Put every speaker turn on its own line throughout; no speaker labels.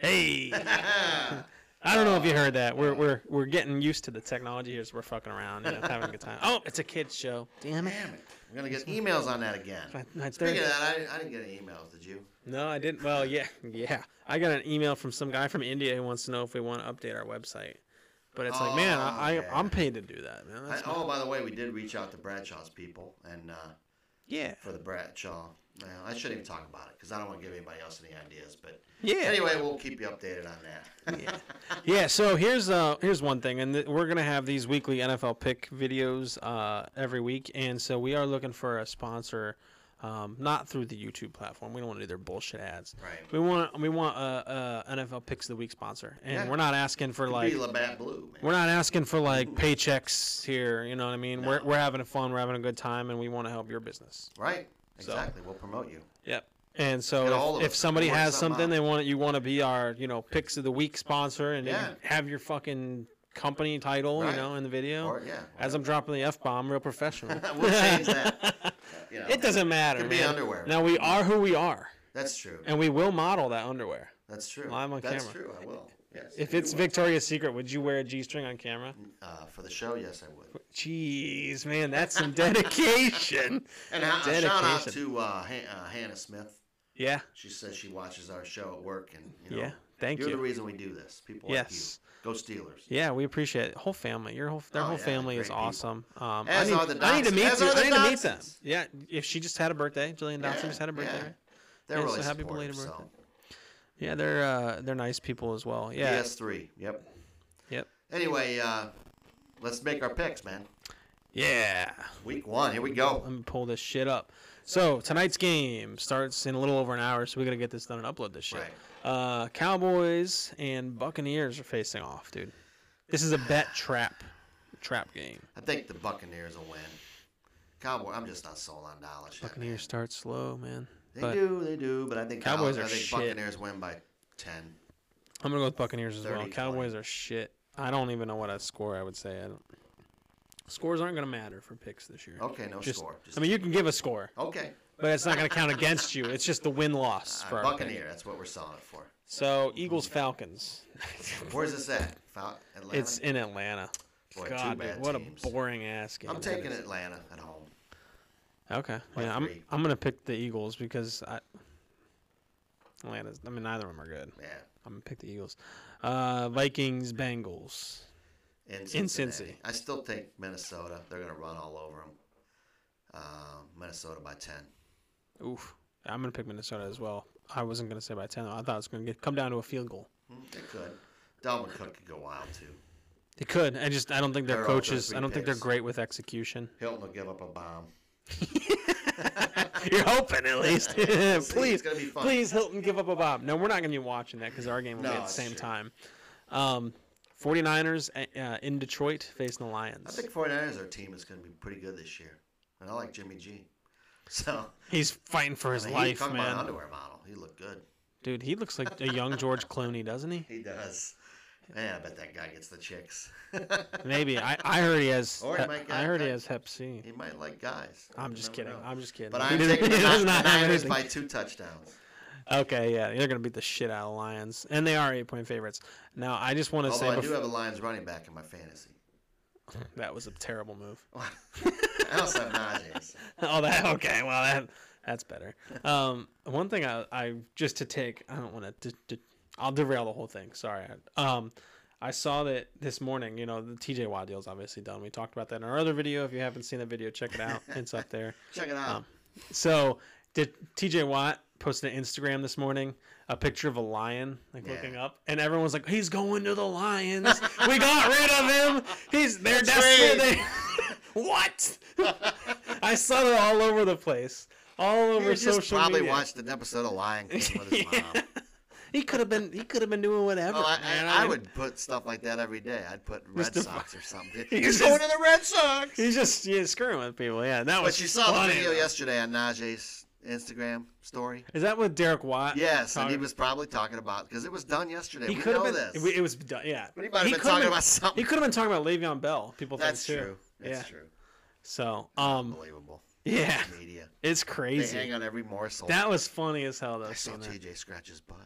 Hey, I don't know if you heard that. We're we're we're getting used to the technology here, so we're fucking around, you know, having a good time. Oh, it's a kids show. Damn it!
Damn it. We're going to get emails on that again.
Right, right there.
Speaking of that, I, I didn't get any emails, did you?
No, I didn't. Well, yeah, yeah. I got an email from some guy from India who wants to know if we want to update our website. But it's like, man, I, I
Oh, yeah.
I'm paid to do that, man.
I,
That's my-
oh, by the way, we did reach out to Bradshaw's people and uh,
yeah,
for the Bradshaw. Well, I shouldn't even talk about it because I don't want to give anybody else any ideas. But
yeah.
anyway, we'll keep you updated on that.
Yeah. yeah. So here's uh here's one thing, and th- we're gonna have these weekly NFL pick videos uh every week, and so we are looking for a sponsor, um not through the YouTube platform. We don't want to do their bullshit ads.
Right.
We want we want uh, a, a NFL picks of the week sponsor, and
Yeah.
we're not asking for like
Be Labatt Blue, man.
we're not asking for like paychecks here. You know what I mean? We're we're having fun, we're having a good time, and we want to help your business.
Right.
So-
Exactly. We'll promote you.
Yep. And
Get a hold
so
of
if,
us.
if somebody
Work
has
something
something
out.
they want, you want to be our, you know, picks of the week sponsor and you
Yeah.
have your fucking company title,
Right.
you know, in the video.
Or yeah.
As I'm dropping the f bomb, real professional.
we'll change that. You know,
it doesn't matter.
Could be
man.
underwear.
Now we are who we are,
That's true.
and we will model that underwear.
That's true.
Live on
That's
camera.
true. I will. Yes.
If it's Victoria's Secret, would you wear a g-string on camera?
uh, for the show, yes, I would.
Jeez, man, that's some dedication.
And uh, shout out
Dedication.
to uh, Han- uh, Hannah Smith.
Yeah.
She says she watches our show at work, and you know,
Yeah. Thank
you're the
you.
reason we do this. People
Yes.
like you. Go Steelers.
Yeah, we appreciate it. Whole family, your whole their
Oh,
whole
yeah,
family is
great people.
awesome. Um,
As
I need,
are the
I need to
Dotsons.
meet
As
you.
are the
I need to meet them.
Dotsons.
Yeah, if she just had a birthday, Jillian Dotson just had a birthday.
yeah.
right?
They're
Yeah,
really
so happy
supportive.
belated
So.
Yeah, they're uh, they're nice people as well. Yeah,
PS3. Yep.
yep,
Anyway, uh, let's make our picks, man.
yeah.
Week one. Here we go.
Let me pull this shit up. So tonight's game starts in a little over an hour, so we gotta get this done and upload this shit.
Right.
Uh, Cowboys and Buccaneers are facing off, dude. This is a bet trap, trap game.
I think the Buccaneers will win. Cowboy. I'm just not sold on Dallas. yet, man.
Buccaneers start slow, man.
They
But
do. They do. But I think
Cowboys
Dow-
are
I think
shit.
Buccaneers win by ten.
I'm gonna go with Buccaneers as
30,
well.
20.
Cowboys are shit. I don't even know what a score I would say. I don't. Scores aren't gonna matter for picks this year.
Okay. No
Just-
score. Just,
I mean, you can give a score,
Okay.
but it's not gonna count against you. It's just the win loss
Uh,
for our pick.
Buccaneer. That's what we're selling it for.
So Eagles Falcons.
Where's this at? Fal- Atlanta.
it's in Atlanta.
Boy, two
God, dude,
bad
what
teams.
a boring ass game.
I'm
that
taking
is.
Atlanta at home.
Okay,
by
yeah, I'm
three.
I'm gonna pick the Eagles because I. Atlanta's. I mean, neither of them are good.
Yeah.
I'm gonna pick the Eagles. Uh, Vikings, Bengals.
In Cincinnati.
Cincy.
I still think Minnesota. They're going to run all over them. Uh, Minnesota by 10.
Oof. I'm gonna pick Minnesota as well. I wasn't gonna say by ten. though. I thought it was gonna get, come down to a field goal.
Mm, They could. Dalvin Cook could go wild, too.
They could. I just I don't think their
They're all good
coaches. I
three
don't think they're
picks.
great with execution.
Hilton will give up a bomb.
You're hoping at least. please,
gonna be fun.
please Hilton give up a bomb. No, we're not gonna be watching that because our game will
No,
be at the
it's
same
true.
time. Um, 49ers uh, uh, in Detroit facing the
I
Lions.
think 49ers, our team, is going to be pretty good this year. And I like Jimmy G. So,
He's fighting for his
I mean, he
life,
talking about an
man.
underwear model. He looked good.
Dude, he looks like a young George Clooney, doesn't he?
He does. Man, I bet that guy gets the chicks.
Maybe. I, I heard he has.
Or he
hep-
might get
I heard he
cut.
has Hep C.
he might like guys.
I'm
You
just
never
kidding.
know.
I'm just kidding.
But
He
I'm
doesn't-
taking the
he does not have
Niners
anything.
by two touchdowns.
Okay, yeah, they're gonna beat the shit out of the Lions, and they are eight point favorites. Now, I just want to
Although
say
I do
before,
have a Lions running back in my fantasy.
that was a terrible move.
I also have Najee.
oh, that okay. Well, that that's better. Um, one thing I I just to take I don't want to. D- I'll derail the whole thing. Sorry. Um, I saw that this morning. You know, the T.J. Watt deal's obviously done. We talked about that in our other video. If you haven't seen that video, check it out. It's up there.
Check it out.
Um, So did TJ Watt posted an Instagram this morning a picture of a lion like
Yeah.
looking up and everyone's like he's going to the lions we got rid of him he's they're desperate they, what i saw that all over the place all
He
over
just
social
probably
media
watched an episode of Lion King with his mom.
He could have been. He could have been doing whatever.
Oh, I,
man.
I, I
mean,
would put stuff like that every day. I'd put Red
the-
Sox or something.
He's
He's going to
just-
the Red Sox.
He's just yeah, screwing with people. Yeah, that was
But you saw
funny,
the video
though.
yesterday on Najee's Instagram story.
Is that with Derek Watt?
Yes, and he
Talking-
was probably talking about because it was done yesterday.
He
we
could have
know
been.
this.
It was done. Yeah.
but he might have
he
been
could've
talking
been-
about something.
He could have been talking about Le'Veon Bell. People
That's
think too.
true. That's
yeah.
true.
So, um,
Unbelievable.
yeah,
Media.
it's
They
crazy.
hang on every morsel.
That was funny as hell though.
I saw
seeing that.
TJ scratch his butt.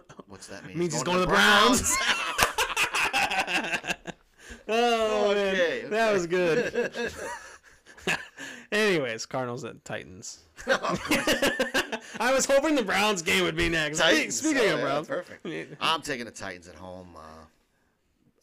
What's that mean?
Means he's going to the Browns. oh man,
Okay,
that
okay.
was good. Anyways, Cardinals at Titans.
Browns.
I was hoping the Browns game would be next.
Titans.
Speaking
Oh,
of
yeah,
Browns,
perfect. I'm taking the Titans at home. Uh,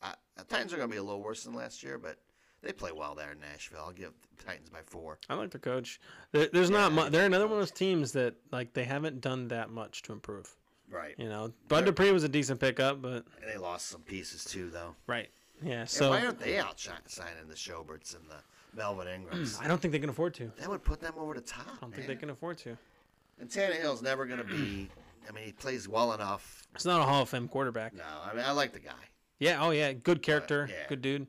I, the Titans are going to be a little worse than last year, but they play well there in Nashville. I'll give the Titans by four.
I like the coach. There, there's not
Yeah, I
much. They're another one of those teams that like they haven't done that much to improve.
Right.
You know, Bud
They're-
Dupree was a decent pickup, but
And they lost some pieces too, though.
right, yeah.
So,
So
why aren't they out shi- signing the Schoberts and the Melvin Ingrams?
I don't think they can afford to. I
that would put them over the top.
don't
man.
think they can afford to.
And Tannehill's never going to be. I mean, he plays well enough.
It's not a Hall of Fame quarterback.
No, I mean, I like the guy,
Yeah. Oh yeah. Good character.
yeah.
Good dude.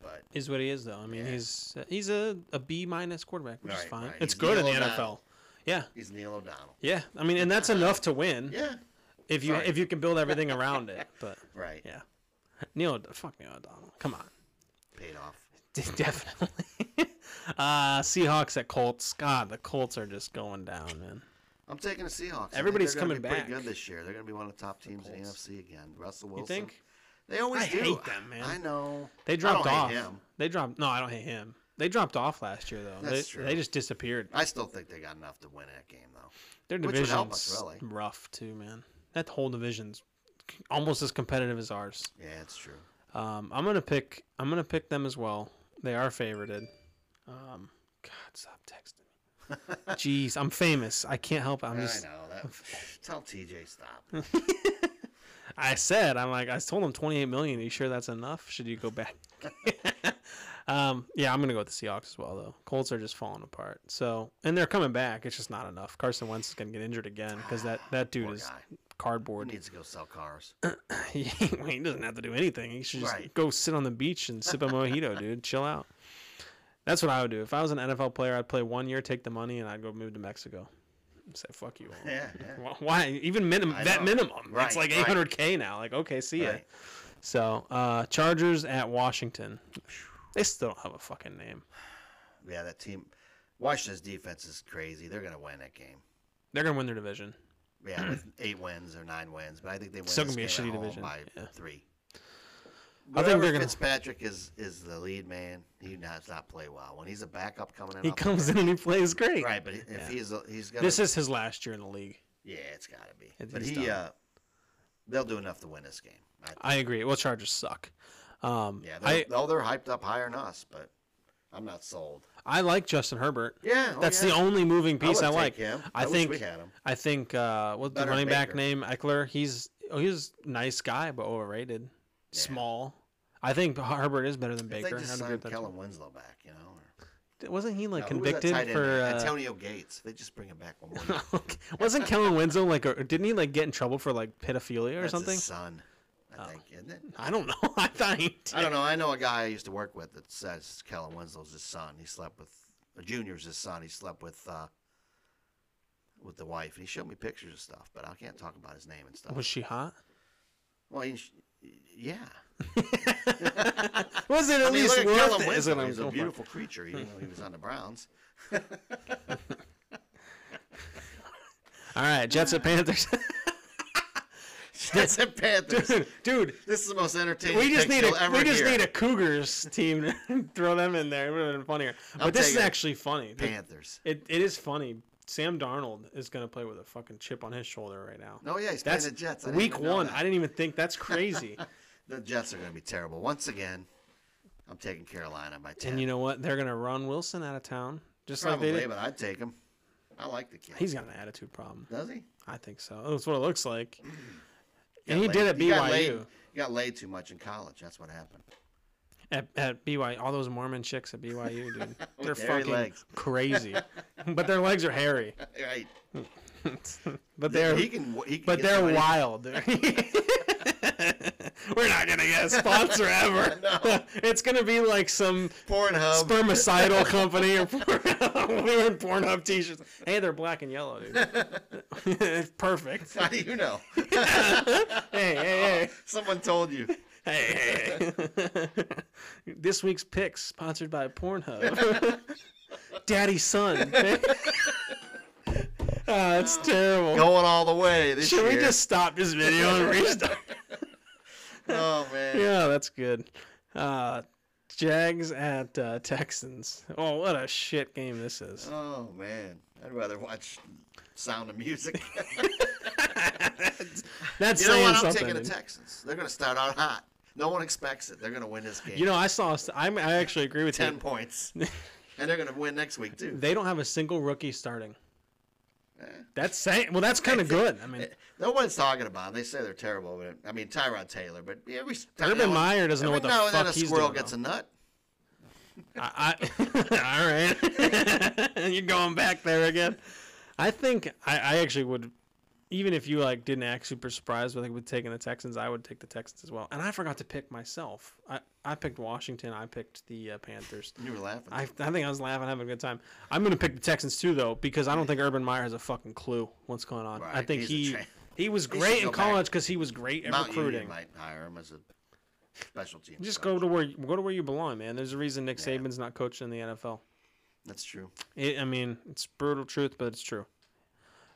but
Is what he is though. I mean, he's uh, he's a, a B minus quarterback, which is
Right,
fine.
right.
It's
He's
good in the
yellow
NFL.
now.
Yeah.
he's Neil O'Donnell.
Yeah. I mean, and that's enough to win
Yeah.
if you
Right.
if you can build everything around it. But
Right.
yeah, Neil, O'D- fuck Neil O'Donnell. Come on.
Paid off.
Definitely. uh Seahawks at Colts. God, the Colts are just going down, man.
I'm taking the Seahawks. I think
Everybody's
they're gonna
coming
be
back.
Pretty good this year. They're going to be one of the top teams in the
Colts.
NFC again. Russell Wilson.
You think
They always
I
do.
hate them, man.
I know.
they dropped
I don't
off?
hate him.
They dropped. No, I don't hate him. They dropped off last year though.
That's
they,
true.
they just disappeared.
I still think they got enough to win that game though.
Their
Which
division's
would help us, really.
rough too, man. That whole division's almost as competitive as ours.
Yeah, it's true.
Um, I'm gonna pick. I'm gonna pick them as well. They are favorited. Um, God, stop texting me. Jeez, I'm famous. I can't help it. I'm
i
just.
know that. Tell TJ stop.
I said, I'm like, I told him 28 million. Are you sure that's enough? Should you go back? um, yeah, I'm gonna go with the Seahawks as well, though. Colts are just falling apart. So, and they're coming back. It's just not enough. Carson Wentz is gonna get injured again because that that dude
Poor
is
guy. Who
cardboard.
needs to go sell cars?
he, he doesn't have to do anything. He should just
Right.
go sit on the beach and sip a mojito, dude. Chill out. That's what I would do. If I was an NFL player, I'd play one year, take the money, and I'd go move to Mexico. And say, fuck you. all."
yeah, yeah.
Wh- Why? Even minimum,
I
that
know.
minimum.
Right,
it's like
right.
800K now. Like, okay, see ya.
Right.
So, uh, Chargers at Washington. They still don't have a fucking name.
Yeah, that team. Washington's defense is crazy. They're going to win that game.
They're going to win their division.
Yeah, with eight wins or nine wins, but I think they win
Still
this
gonna be a
game
shitty
at home
division,
by
yeah.
three.
I think
Whenever
they're gonna-
Fitzpatrick is is the lead man. He does not play well when he's a backup coming in.
He
off the
comes in and he plays great.
bench. right, but if he's a, he's gonna
This is his last year in the league.
yeah, it's gotta be.
It-
but
he's
he
done.
uh, they'll do enough to win this game. I,
I agree. Well, Chargers suck. Um,
yeah,
I,
they're, though they're hyped up higher than us, but I'm not sold.
I like Justin Herbert.
Yeah, oh,
That's
yeah.
the only moving piece
would
I,
take
like.
him.
I,
I wish
think
we had him.
I think uh, what's the
Better
running back
Baker.
name? Eckler. He's oh, he's a nice guy but overrated. Small. I think Herbert is better than
If
Baker.
They
I'd
just
agree
signed
with that.
Kellen Winslow back, you know. or-
Wasn't he like
No, who was that
convicted
tight end?
for? Uh,
Antonio Gates. They just bring him back one more. year.
okay. Wasn't Kellen Winslow like? A, didn't he like get in trouble for like pedophilia or
That's
something? Oh.
His son, I think, isn't it?
I don't know. I thought he. Did.
I don't know. I know a guy I used to work with that says Kellen Winslow's his son. He slept with or Junior's his son. He slept with uh, with the wife, and he showed me pictures of stuff, but I can't talk about his name and stuff.
Was she hot?
well, he, sh- yeah.
Was it at
I mean,
least
look at
worth
Kellen
it? Is
Winslow.
what I'm
He's
going for.
a beautiful creature, even though he was on the Browns.
All right, Jets at Panthers.
That's a Panthers.
Dude,
This is the most entertaining.
we just
pick
need a
you'll ever
we just
hear.
need a Cougars team to throw them in there. It would have been funnier. But
I'm
this is
taking
actually funny. The-
Panthers.
It it is funny. Sam Darnold is gonna play with a fucking chip on his shoulder right now.
No, yeah, he's
That's
playing the Jets. I didn't
week
even know
one.
that.
I didn't even think that's crazy.
The Jets are going to be terrible once again. I'm taking Carolina by ten.
and you know what? They're gonna run Wilson out of town, just
Probably,
like they did.
but I'd take him. I like the kid.
He's got an attitude problem.
Does he?
I think so. That's what it looks like.
Got
And he
laid-
did at
Got laid,
BYU.
he got laid too much in college. That's what happened.
At, at BYU, all those Mormon chicks at BYU, dude, they're
hairy
fucking
legs.
crazy. but their legs are hairy.
Right.
but they're
he can. He can
but
get
they're
somebody-
wild. dude. We're not gonna get a sponsor ever.
No.
it's gonna be like some
Pornhub.
spermicidal company or Pornhub. we wearing Pornhub t-shirts. Hey, they're black and yellow, dude. Perfect.
How do you know?
Hey, hey,
Someone told you.
hey, hey, hey. this week's picks sponsored by Pornhub. Daddy son. oh, that's terrible.
Going all the way this
Should
year.
we just stop this video and restart?
Oh man.
yeah, that's good. Uh, Jags at uh, Texans. Oh, what a shit game this is.
Oh man. I'd rather watch Sound of Music.
That's
you know
saying
what? I'm
something.
taking the
dude.
Texans. They're going to start out hot. No one expects it. They're going to win this game.
you know, I saw. I'm, I actually agree with
ten
you.
points, and they're going to win next week too.
They don't have a single rookie starting.
Eh.
That's saying. Well, that's kind of good. I mean,
No one's talking about them. They say they're terrible. But I mean, Tyrod Taylor. But every
Urban Meyer doesn't know what
every
the
now and then
fuck
a
he's
squirrel
doing,
gets
though.
a nut.
I, I all right. You're going back there again. I think I, I actually would, even if you like didn't act super surprised with with taking the Texans, I would take the Texans as well. And I forgot to pick myself. I I picked Washington. I picked the uh, Panthers.
You were laughing.
I, I think I was laughing, having a good time. I'm going to pick the Texans too, though, because I don't think Urban Meyer has a fucking clue what's going on. I
Right,
think
he's a
he
tra-
he was
should
great in
go back.
college because he was great at
Mount
recruiting.
Union might hire him as a special team.
Just
coach.
go to where go to where you belong, man. There's a reason Nick
Yeah.
Saban's not coaching in the NFL.
That's true.
It, I mean, it's brutal truth, but it's true.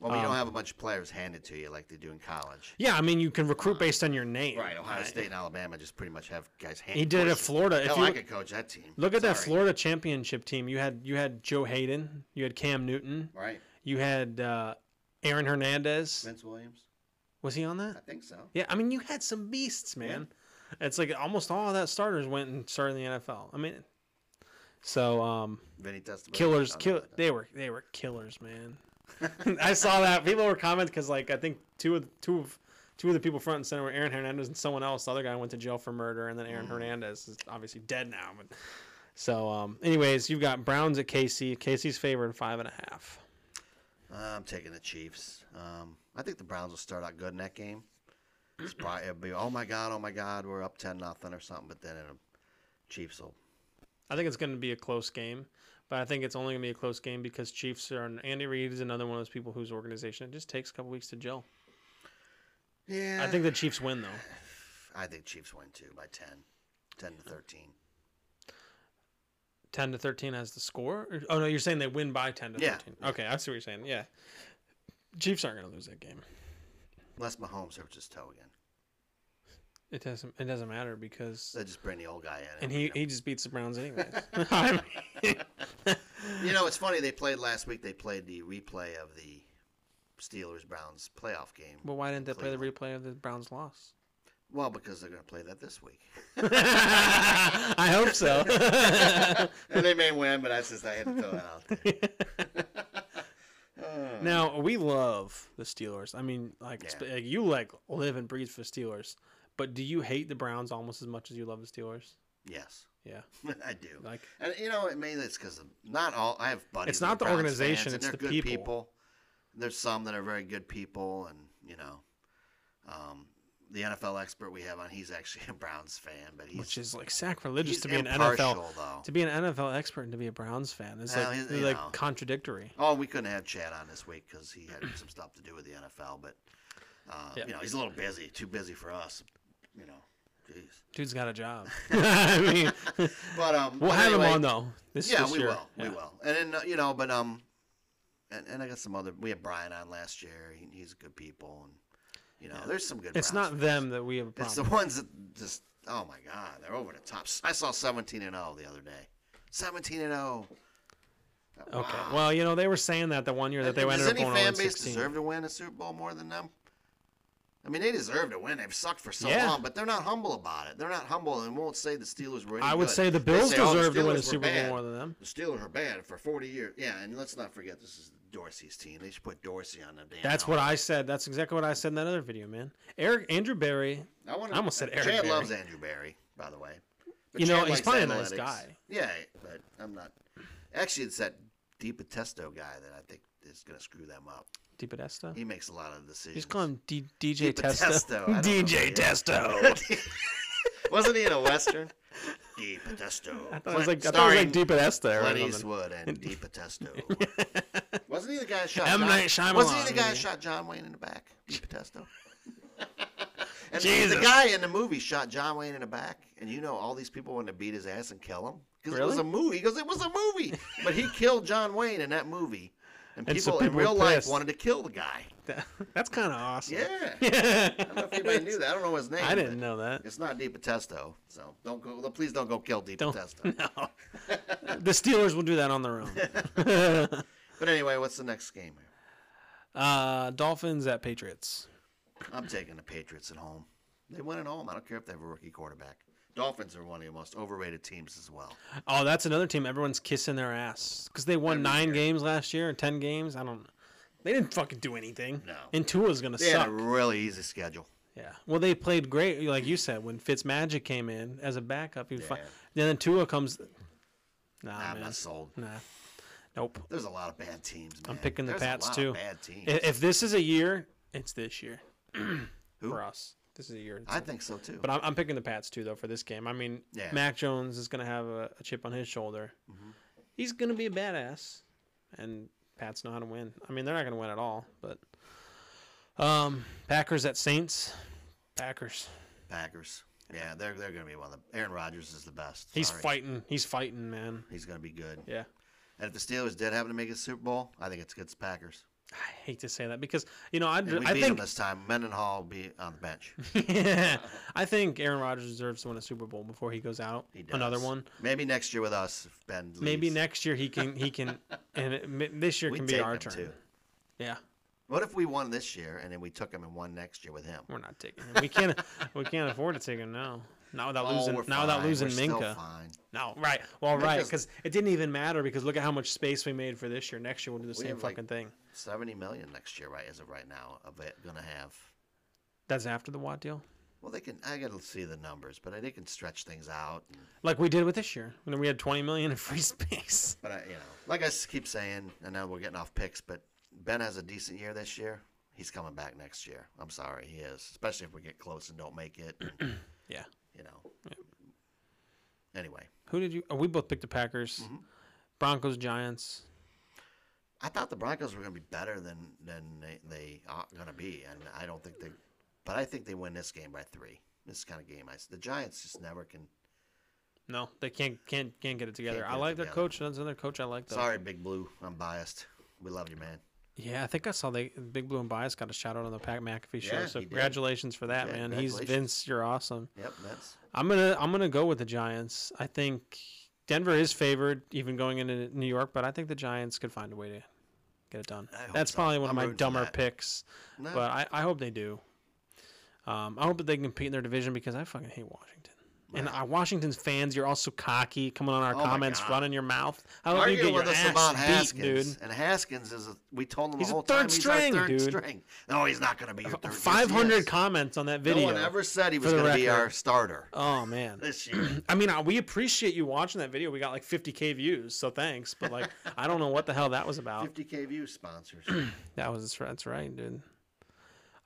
Well, we
Um,
don't have a bunch of players handed to you like they do in college.
Yeah, I mean, you can recruit based on your name.
Right. Ohio
I-
State and Alabama just pretty much have guys handed.
He did it at
coaches.
Florida. If
Hell,
you
I could coach that team.
look at that
Sorry.
Florida championship team, you had you had Joe Hayden, you had Cam Newton,
Right.
you had uh, Aaron Hernandez.
Vince Williams.
Was he on
I
that?
think so.
Yeah, I mean, you had some beasts, man. It's like almost all that starters went and started in the NFL. I mean, so um,
Vinny Testaverde.
killers
Oh, no,
kill
no.
they were they were killers man i saw that people were commenting because like i think two of two of two of the people front and center were aaron hernandez and someone else the other guy went to jail for murder and then aaron hernandez is obviously dead now but so um anyways you've got browns at kc kc's favored five and a half
I'm taking the Chiefs. Um, I think the Browns will start out good in that game. It's probably it'll be oh my god, oh my god, we're up ten nothing or something, but then it'll, Chiefs will.
i think it's going to be a close game but i think it's only going to be a close game because chiefs are and andy reid is another one of those people whose organization it just takes a couple weeks to gel
Yeah,
i think the chiefs win though
I think Chiefs win too by 10, 10 to thirteen.
10 to 13 as the score? Or- Oh, no, you're saying they win by 10 to
Yeah.
13. Okay, I see what you're saying. Yeah. Chiefs aren't going to lose that game.
Unless Mahomes hurts his toe again,
It doesn't it doesn't matter because
they just bring the old guy in.
and
every
he, he just beats the Browns anyways. I mean,
game. you know, it's funny they played last week. They played the replay of the Steelers Browns playoff game.
but why didn't they play the replay of the Browns loss?
Well, because they're going to play that this week,
I hope so.
and they may win, but I just I had to throw that out there.
now, we love the Steelers. I mean, like,
Yeah.
sp- like, you like live and breathe for Steelers. But do you hate the Browns almost as much as you love the Steelers?
Yes,
Yeah.
I do.
Like
And you know, it mainly it's because not all. I have buddies.
It's
that are
not the
Browns
organization,
fans, and
it's
they're
the
good
people.
There's some that are very good people, and you know, um, the NFL expert we have on, he's actually a Browns fan, but he's
which is like sacrilegious
he's
to be an NFL
impartial, though.
to be an NFL expert and to be a Browns fan is
Well,
like,
he's-
they're,
you
like
know.
contradictory.
Oh, we couldn't have Chad on this week because he had some stuff to do with the NFL, but uh,
Yeah.
you know, he's a little busy, too busy for us. You know, jeez.
Dude's got a job. I mean,
But um,
we'll
but
have
anyway,
him on though. This
yeah,
this
we
year.
will.
Yeah.
We will. And then uh, you know, but um, and, and I got some other. We had Brian on last year. He, he's good people, and you know, there's some good.
It's not
Browns fans.
them that we have a
It's the
problem.
ones that just. Oh my God, they're over the top. I saw 17 and 0 the other day. 17 and oh. 0.
okay. Well, you know they were saying that the one year that they
Does
ended up
any
going
fan
on
base
16.
deserve to win a Super Bowl more than them? I mean, they deserve to win. They've sucked for so
Yeah.
long, but they're not humble about it. They're not humble and won't say the Steelers were. Any
I would
good.
say the
They
Bills
say, "Oh, the
deserve to win a
Steelers were
Super Bowl
bad."
more than them.
The Steelers are bad for 40 years. Yeah, and let's not forget this is Dorsey's team. They should put Dorsey on the damn.
That's what I said. That's exactly what I said in that other video, man. Eric Andrew Barry.
I, wanna,
I almost said Eric
Chad
Berry.
loves Andrew Barry, by the way. But
You know,
Chad
he's
likes
probably a nice
analytics.
guy.
Yeah, but I'm not. Actually, it's that Deep Testo guy that I think is going to screw them up.
Di Podesta?
He makes a lot of decisions.
Just call him D- DJ
Podesto, I
Testo.
don't
DJ
know.
Testo.
Wasn't he in a western? Di Podesto.
I thought it was like I thought it was
starring
like Di Podesta or
Clint
something.
Eastwood and Di Podesto. Wasn't he the guy that shot?
M.
John,
Night Shyamalan,
Wasn't he the guy
yeah.
that shot John Wayne in the back? Di Podesto. and the
Jesus.
guy in the movie shot John Wayne in the back, and you know all these people wanted to beat his ass and kill him because it was
Really?
a movie. He goes, it was a movie, but he killed John Wayne in that movie, and
And
people,
so
in
people were
real life
pissed.
wanted to kill the guy.
That- That's kind of awesome.
Yeah.
Yeah.
I don't know if anybody knew that. I don't know his name.
I didn't
but
know that.
It's not Di Potesto, so don't go. Please don't go kill Di
Don't.
Potesto.
No. the Steelers will do that on their own.
But anyway, what's the next game here?
uh, Dolphins at Patriots.
I'm taking the Patriots at home. They win at home. I don't care if they have a rookie quarterback. Dolphins are one of the most overrated teams as well.
Oh, that's another team. Everyone's kissing their ass because they won nine games last year and ten games. I don't. They didn't fucking do anything.
No.
And Tua's gonna
They
suck.
had a really easy schedule.
Yeah. Well, they played great, like you said, when Fitzmagic came in as a backup. He was fine.
Yeah.
Then Tua comes. Nah,
I'm
Ah, man.
not sold.
Nah. Nope.
There's a lot of bad teams,
I'm
man.
picking the
There's
Pats,
a lot
too.
Of bad teams.
I- If this is a year, it's this year
Who?
for us. This is a year.
I think so too.
But I'm, I'm picking the Pats too, though, for this game. I mean,
Yeah. Mm-hmm.
Mac Jones is going to have a, a chip on his shoulder. He's going to be a badass, and Pats know how to win. I mean, they're not going to win at all, but um, Packers at Saints. Packers.
Packers. Yeah, they're they're gonna be one of the. Aaron Rodgers is the best.
He's
Sorry.
fighting. He's fighting, man.
He's gonna be good.
Yeah.
And if the Steelers did happen to make a Super Bowl, I think it's against the Packers.
I hate to say that because you know I,
And we
I
beat
think
them this time. Mendenhall will be on the bench.
yeah, I think Aaron Rodgers deserves to win a Super Bowl before he goes out.
He does.
Another one.
Maybe next year with us, if Ben. Leaves.
Maybe next year he can he can and it, ma- this year
We
can be
take
our
him,
turn.
too.
Yeah,
What if we won this year and then we took him and won next year with him?
we're not taking him. We can't we can't afford to take him now. Not without losing.
Oh, we're
Not without
fine.
losing
We're still
Minka.
fine.
No, right. Well, right, 'cause right,
Minka's-
because it didn't even matter because look at how much space we made for this year. Next year we'll do the same
have, like-
fucking thing.
Seventy million next year, right? As of right now, of it gonna have.
That's after the Watt deal,
Well, they can. I gotta see the numbers, but they can stretch things out. and-
like we did with this year. You know, we had twenty million in free space.
but I, you know, like I s- keep saying, and now we're getting off picks. But Ben has a decent year this year. He's coming back next year. I'm sorry, he is. Especially if we get close and don't make it. and,
Yeah.
you know. Anyway,
Who did you? Oh, we both picked the Packers.
Mm-hmm.
Broncos, Giants.
I thought the Broncos were going to be better than than they, they are going to be, and I don't think they. But I think they win this game by three. This kind of game, I s- the Giants just never can.
No, they can't can't can't get it together.
Can't
I
get it
like their
together.
coach. That's another coach I like. Though.
Sorry, Big Blue, I'm biased. We love you, man.
Yeah, I think I saw they Big Blue and Bias got a shout out on the Pat McAfee show.
Yeah,
so
he did.
congratulations for that,
Yeah,
man. He's
congratulations.
Vince. You're awesome.
Yep, that's
I'm gonna I'm gonna go with the Giants. I think Denver is favored, even going into New York, but I think the Giants could find a way to get it done.
I hope
That's
so.
probably one
I'm
of my
rooting for
dumber
that.
picks,
no.
but I, I hope they do. Um, I hope that they can compete in their division because I fucking hate Washington. And uh, Washington's fans, you're all so cocky, coming on our
Oh my
comments,
God.
running your mouth. How about you
Arguing
get your
with us
ass
about
beat,
Haskins,
dude?
and Haskins is a, we told him
He's a
the whole
third
time he's our
string,
third
dude.
string. No, he's not going to be your third. Yes, he
Five hundred
is.
comments on that
No
video.
one ever said he was
for the
going to be
record.
our starter
Oh man.
this year.
I mean, I- we appreciate you watching that video. We got like 50k views, so thanks. But like, I don't know what the hell that was about.
50k view sponsors.
That was that's right, dude.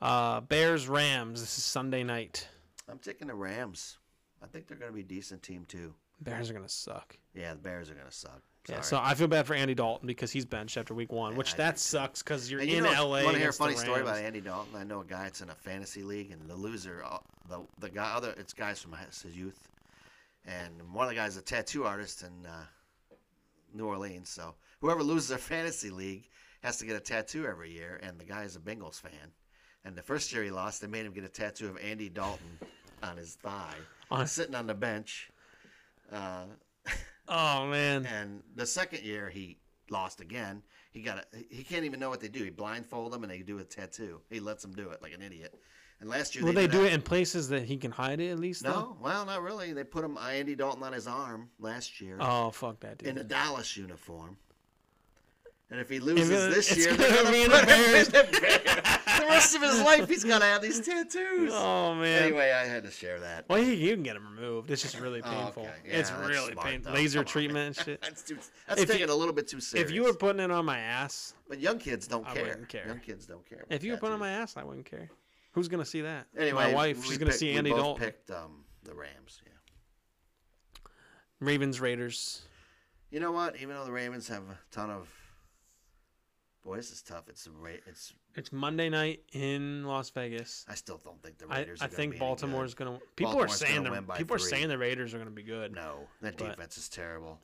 Uh, Bears Rams. This is Sunday night.
I'm taking the Rams. I think they're going to be a decent team too.
Bears are gonna suck.
Yeah, the Bears are going to suck.
Yeah,
Sorry.
so I feel bad for Andy Dalton because he's benched after week one, which
I do,
that sucks because you're
And you
in
know,
LA.
Want to hear a
against the
funny story about
Rams.
Andy Dalton? I know a guy that's in a fantasy league, and the loser, uh, the the guy, other it's guys from his his youth, and one of the guys is a tattoo artist in uh, New Orleans. So whoever loses their fantasy league has to get a tattoo every year, and the guy is a Bengals fan. And the first year he lost, they made him get a tattoo of Andy Dalton on his thigh,
On-
sitting on the bench. Uh,
Oh man,
and the second year he lost again. He got a, he can't even know what they do. He blindfold him and they do a tattoo. He lets him do it like an idiot. And last year
will
they,
they
did
do
that-
it in places that he can hide it at least?
No, well, not really. They put him Andy
Oh,
Dalton on his arm last year
Though? Oh fuck that dude.
in a Dallas uniform. And if he loses
gonna-
this
it's
year,
gonna
they're gonna
be an
put him in a bear. the rest of his life, he's gonna have these tattoos.
Oh man.
Anyway, I had to share that.
Well, you, you can get them removed. It's just really
Oh,
painful.
okay.
it's
Yeah, that's
really
smart,
painful.
though.
Laser
Come on, man.
treatment and shit.
That's too. That's
If you-
taking a little bit too serious.
If you were putting it on my ass,
but young kids don't
I
care.
wouldn't care.
Young kids don't care. about
if you were putting it on
tattoos.
my ass, I wouldn't care. Who's gonna see that?
anyway,
my wife.
we
She's gonna
picked-
see
we
Andy
both
Dalton,
picked um, the Rams. Yeah.
Ravens, Raiders.
You know what? Even though the Ravens have a ton of, boy, this is tough. It's the Ra- it's.
It's Monday night in Las Vegas.
I still don't think the
I,
Raiders.
I
are gonna be
think
any good.
Baltimore's gonna. People
Baltimore's
are saying
gonna
the
win by
people are
three.
saying the Raiders are gonna be good.
No, that
but-
defense is terrible.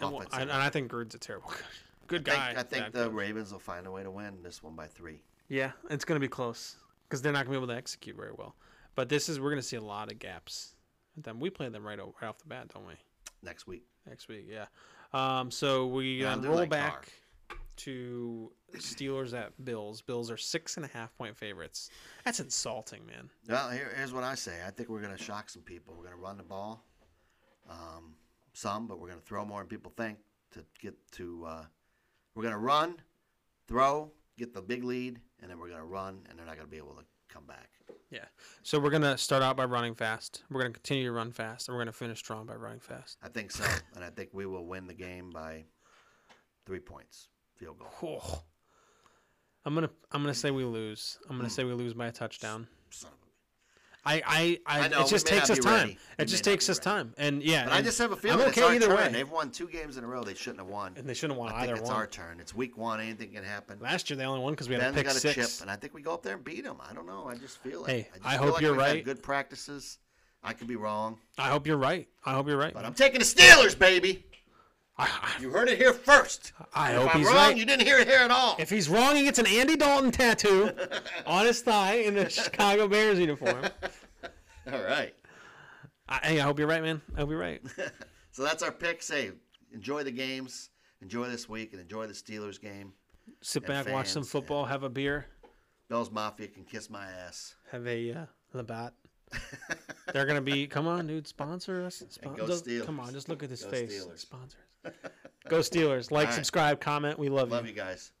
and, well,
Offense-
I, and I think Gruden's a terrible coach. Good
I
guy.
think, I
bad
think the
coach.
Ravens will find a way to win this one by three.
Yeah, it's gonna be close because they're not gonna be able to execute very well. But this is we're gonna see a lot of gaps. Then we play them right, o- right off the bat, don't we?
next week.
next week. Yeah. Um, so we
And I'll
um,
do
roll
like
back
Carr.
to Steelers at Bills. Bills are six and a half point favorites. That's insulting, man.
Well, here, here's what I say. I think we're going to shock some people. We're going to run the ball, um, some, but we're going to throw more than people think to get to. Uh, we're going to run, throw, get the big lead, and then we're going to run, and they're not going to be able to come back.
Yeah. So we're gonna start out by running fast. We're gonna continue to run fast, and we're gonna finish strong by running fast.
I think so, and I think we will win the game by three points, field goal.
Oh. I'm gonna I'm gonna say we lose. I'm
Hmm.
gonna say we lose by a touchdown.
Son of a.
I I, I,
I know,
it just
we may
takes us
not be
time.
ready.
It
We
just
may not
takes
be
us
ready.
time. And yeah,
But I
and
just have a feeling
I'm
it's our
okay either
turn.
way.
They've won two games in a row. They shouldn't have won.
And they shouldn't want
I
either
think it's
one.
our turn. It's week one. Anything can happen.
Last year they only won because we had
Ben's
a pick
got a
six.
chip, and I think we go up there and beat him. I don't know. I just feel it.
Hey,
just
I
feel
hope
like
you're
we've had
right.
Good practices. I could be wrong,
I hope you're right. I hope you're right.
but I'm taking the Steelers, baby.
I,
You heard it here first.
I
If
hope
I'm
he's
wrong,
right.
you didn't hear it here at all.
If he's wrong, he gets an Andy Dalton tattoo on his thigh in the Chicago Bears uniform.
all right.
I, hey, I hope you're right, man. I hope you're right.
So that's our picks. Hey, enjoy the games. Enjoy this week and enjoy the Steelers game.
Sit
And
back, watch some
fans,
football, have a beer,
Bell's Mafia can kiss my ass.
have a uh, Labatt. They're gonna be. Come on, dude. Sponsor us. Spon-
go
just-
Steelers.
Come on, just look at his
Go
face.
Steelers.
Sponsors. Go Steelers. Like,
right.
subscribe, comment. We love,
Love
you.
you guys.